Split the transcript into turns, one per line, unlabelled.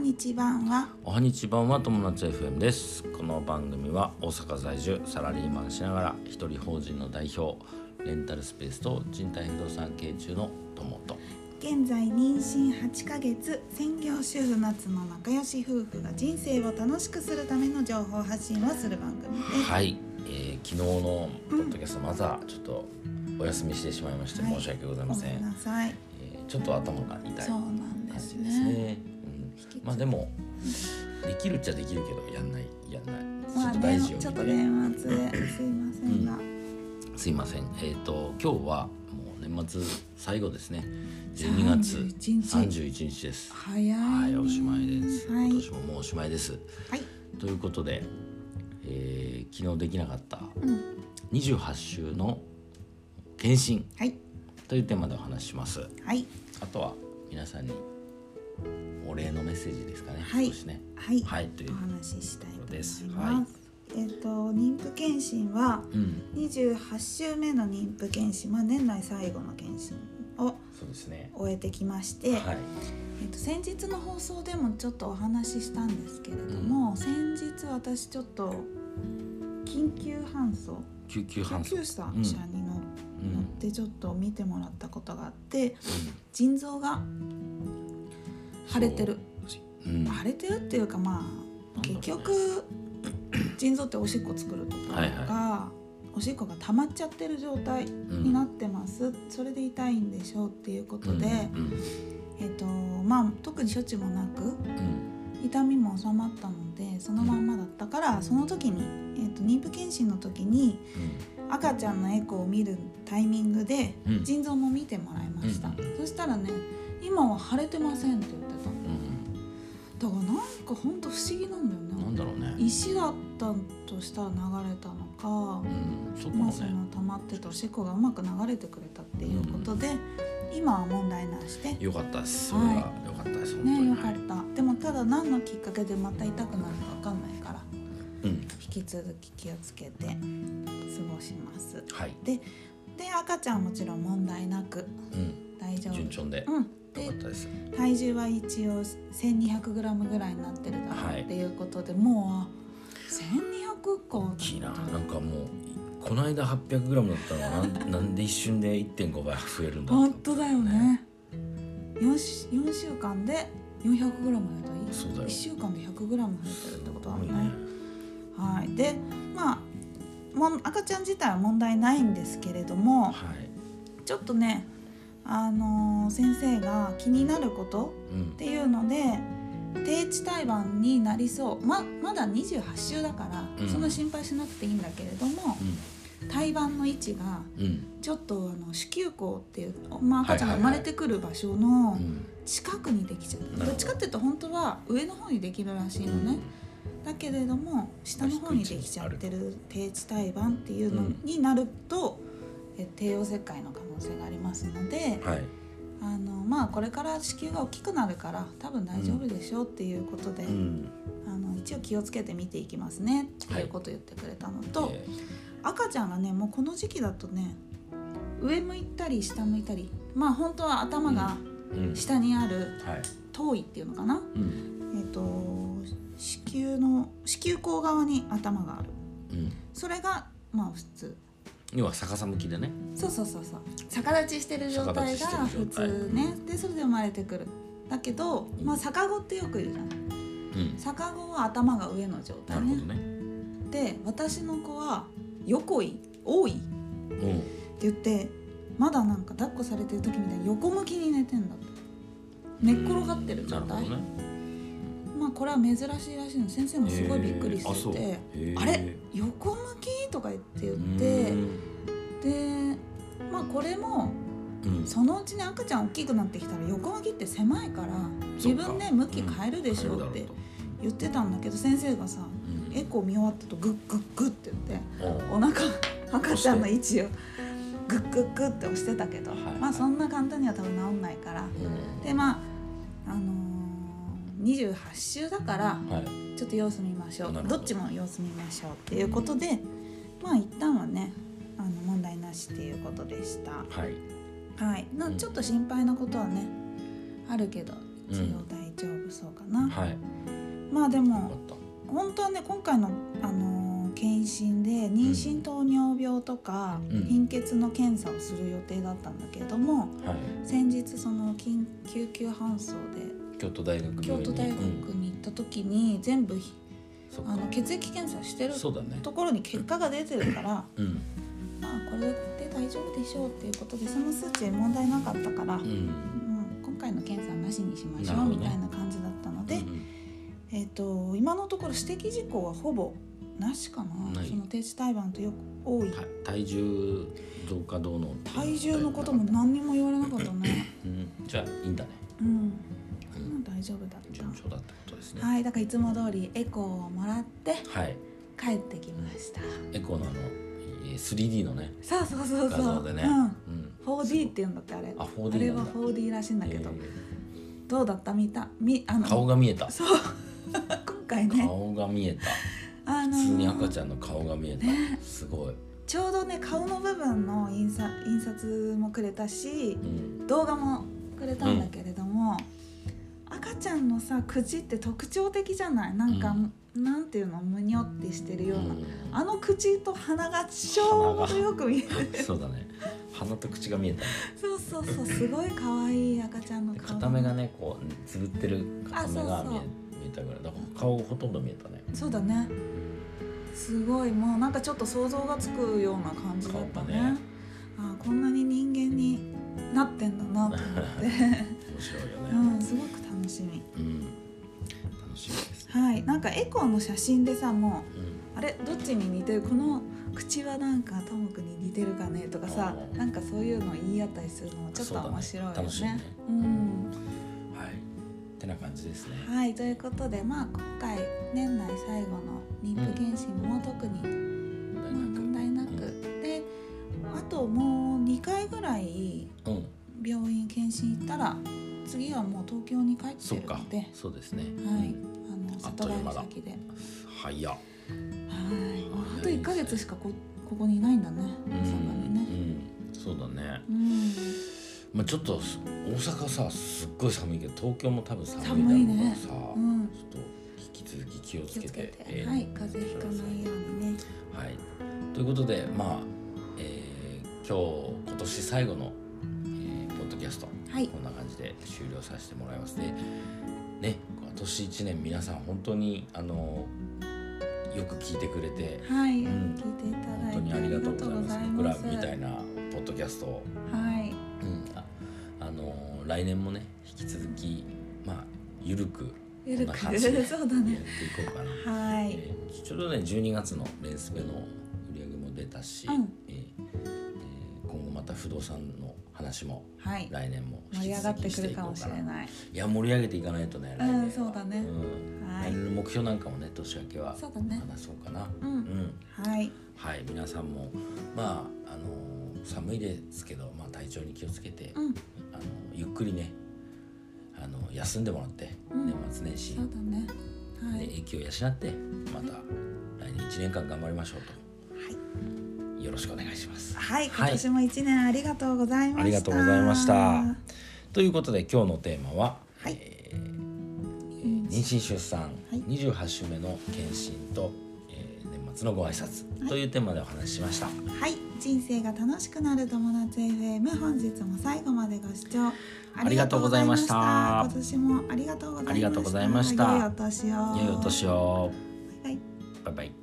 日晩は
おはにちばんは友達 FM ですこの番組は大阪在住サラリーマンしながら一人法人の代表レンタルスペースと人体不動産経営中の友と
現在妊娠8ヶ月専業主婦夏の仲良し夫婦が人生を楽しくするための情報発信をする番組です
はい、えー、昨日のポッドキャストまたちょっとお休みしてしまいまして
はい
申し訳ござい
ご
ませ
め
ん、
んなさい
えーちょっと頭が痛い
そう
感
なんです
じ
ね
ですねうん、まあで
も
もできるっちゃできるけどやんないやんないちょ
ま
っ
あ
と
ね
大事よ
ちょっ
み
と
たいな
年末ですいませんが、
すいません。えっ、と今日はもう年末最後ですね。12月
31
31日です。
早い
はい、おしまいです。
はい
今年ももうおしまいです。
はい
ということで、えー昨日できなかった
うん
28週の検診
はい
というテーマでお話しします。
はい
あとは皆さんにお礼のメッセージですかね。
はい
少しね。
はい、
はい、という
お。話ししたいと思います
ですはい
えっ、と妊婦検診は
うん、
28週目の妊婦検診、まあ、年内最後の検診を
そうですね。
終えてきまして、
はい。
えっと、先日の放送でもちょっとお話ししたんですけれども、先日私ちょっと緊急搬送
救急搬
救
送。
急車
うん
車に乗っ
うん
乗ってちょっと見てもらったことがあって腎臓が腫れてる。
そううん。
腫れてるっていうかまあ
なんだろうね
結局腎臓っておしっこ作るところが、
はいは
おしっこが溜まっちゃってる状態になってます、それで痛いんでしょうっていうことで、
うん
えっとまあ、特に処置もなく
うん
痛みも収まったのでそのまんまだったからその時に、えっと妊婦検診の時に赤ちゃんのエコーを見るタイミングで
うんうん
腎臓も見てもらいました、
うん
そしたらね「今は腫れてません」って言ってた
うん
だからなんかほんと不思議なんだよね
なんだろうね
石だったとしたら流れたのか、
うんそこ
ま
も
あそ
ね
の溜まってたおしっこがうまく流れてくれたっていうことで、今は問題なしでね
良かったですそ
は
れ
い
は良かったです本当に
よかったでもただ何のきっかけでまた痛くなるか分かんないから
うん
引き続き気をつけて過ごします
はい
で赤ちゃんはもちろん問題なく
うん
大丈夫
順調で
うん
良かっ
で
たです
体重は一応 1200g ぐらいになってるだ
は
ろ
いう
っていうことで、もう1200個だっ
大きいな
た
なんかもうこの間 800g だったのがなんなんで一瞬で1.5倍増えるんだろう
本当だよね四し四週間で 400g 増えたらいい
そうだよ
1週間で 100g 増えてるってことだ
多い
ね
ね
はいでまあもん赤ちゃん自体は問題ないんですけれども
はい
ちょっとねあのー先生が気になること
うん
っていうので低地胎盤になりそうままだ28週だから、
うん
そんな心配しなくていいんだけれども胎盤の位置が
うんうん
ちょっとあの子宮口っていう、まあ、赤ちゃんが生まれてくる場所の
うん
近くにできちゃう、
ほど
どっちかっていうと本当は上の方にできるらしいのね、だけれども下の方にできちゃってる低地胎盤っていうのになると、え帝王切開の可能性がありますので
はい
あの、まあ、これから子宮が大きくなるから多分大丈夫でしょうっていうことで、
うん
あの一応気をつけて見ていきますねっていうことを言ってくれたのと。
えー
赤ちゃんがねもうこの時期だとね上向いたり下向いたりまあ本当は頭が
うん
下にある
はい
頭位っていうのかな、
うん
えっ、と子宮の子宮口側に頭がある
うん
それがまあ普通
要は逆さ向きでね
そうそうそうそう逆立ちしてる状態が
逆立ちして
普
る状態
通ねでそれで生まれてくるだけど、まあ、逆子ってよく言うじゃない
うん
逆子は頭が上の状
な
態
るほ
ね
どね
で私の子は横位多い
うん
って言ってまだなんか抱っこされてる時みたいに横向きに寝てんだって寝っ転がってる状
な
態、
るほどね
まあこれは珍しいらしいの先生もすごいびっくりしてて、
えー
あ
あ
れ横向きとか言って言
う
っ
ん
てでまあこれも
うん
そのうちね赤ちゃん大きくなってきたら横向きって狭いから自
そうか
分で向き変えるでしょ
う
うんって
変えるだろうと
言ってたんだけど先生がさ
うん
エコー見終わったとグッグッグッって言って
おう
お腹赤ちゃんの位置をグッグッグッって押してたけど、
はいはい
まあそんな簡単には多分治んないから
うん
でまああのー、28週だから
はい
ちょっと様子見ましょう
なる
ど
ほど
っちも様子見ましょうっていうことで、まあ一旦はねあの問題なしっていうことでした
はい
はいな
うん
ちょっと心配なことはねあるけど
うん
一応大丈夫そうかな、
はいよ
まあで
か
も
った
本当はね今回の、あのー検診で妊娠糖尿病とか、
うん
貧血の検査をする予定だったんだけども
はい
先日その緊救急搬送で
京都大学病
京
院に
都大学
うん、
に行った時に全部ひ
そっか
あの血液検査してる
そうだね
ところに結果が出てるから。
うん
まあこれで大丈夫でしょうっていうことでその数値に問題なかったから、う
うんん
今回の検査はなしにしまし
な
ょ
る
う
ほど
み
ね
たいな感じだったので、
うん
えー、と今のところ指摘事項はほぼなしかな
ない
その停止胎盤とよく多い
た体重増加どうのっていう
体重のことも何にも言われなかったね
うんじゃあいいんだね
うん、
うん
まあ大丈夫だ
順
っ
調だってことですね
たはいだからいつも通りエコーをもらって
はい
帰ってきました
エコーのあのえー 3D のね
そうそうそう
画
そ
像
う、
でね
うん
うん、
4D って言うんだってあれ
あ
あれ
4D
は
なんだ
4D らしいんだけど、
え
どうだった見たみあ
ー
の
顔が見えた
そう 今回ね
顔が見えた
あの
普通に赤ちゃんの顔が見えたすごい、
ちょうどね顔の部分の印刷印刷もくれたし
うん、
動画もくれたんだけれども、赤ちゃんのさ口って特徴的じゃないなんか、なんていうのむにょってしてるような、
うん
あの口と鼻がちょうどよく見える
そうだね鼻と口が見えた
そうそうそうすごい可愛い赤ちゃんの
で
顔
片目がねこうつぶってる片目
あ
が
そう
見
そ
え
う
見えたぐらいだから顔ほとんど見えたね
そうだねすごいもうなんかちょっと想像がつくような感じだったね
顔がね
あこんなに人間になってんだなと思って、
面白いよ
う
ね
ん、すごく楽しみ
うん楽しみです、
はいなんかエコーの写真でさも
うん、
うあれどっちに似てるこの口はなんかトモくに似てるかねとかさ
あー
なんかそういうの言い合ったりするのもちょっと
そうだね
面白いよね
楽しいね
うん
はいってな感じですね
はいということでまあ今回年内最後の妊婦検診も特に
大学
問題なく、であともう2回ぐらい
うん、うん、
病院検診行ったら次はもう東京に帰って
そっ
る
か
ので、はい、
そうですね
あの
あっ
里
とい
帰
う間
り
だ
先ではい
早っ
あと1ヶ月しかこここにいないんだね
う
大
ん、う
阪にね
ん、そうだね
うん
まあちょっとす大阪さすっごい寒いけど東京も多分寒いだろうからさ、
うん
ちょっと引き続き気をつ
気を
け
つけ
て
て、
えー
はい風邪ひかないようにね
はい、ということでまあ、えー今日今年最後の、えーポッドキャスト、
はい
こんな感じで終了させてもらいますでね今年1年皆さん本当にあのよく聞いてくれて
はい、
うん
聞いていた
本
だい
当に
て
ありがとうございます僕らみた
はい
なポッドキャストを、
い
うんああの来年もね引き続きまあゆるく
ゆる
こんな
く
感じで
そうだ
や
ね
っていこうかな。
はい、
えーちょうどね12月のレンスペの売り上げも出たし、
うん
えーえー今後また不動産の話も
はい
来年も引
盛り
き
上が
続
って
きし
く
て
る
い
か
こ
も
う
し
かな
れない
いや盛り上げていかないとね来年は
うんそうだね
うん
はい
来年の目標なんかもね年明けは
そうだね
話そうかな
うんはい
はい皆さんもまああのー寒いですけど、まあ、体調に気をつけて、
うん
あのゆっくりねあの休んでもらって、
うん
年末年始、
そうだねは
で
い
影響を養ってまた来年1年間頑張りましょうとよろしくお願いします。
はい、
は
今
い
年も一年ありがとうございました
ありがとうございました。ということで今日のテーマは、
はい
えーえー妊娠出産
はい
28週目の検診と、えー年末のご挨拶
はい
というテーマでお話ししました。
はい、人生が楽しくなる友達 FM 本日も最後までご視聴ありがとうございました
ありがとうございました
今年もありがとうございました
ありがとうございました
良いお年を
良いお年を
バイバイ
バイバイ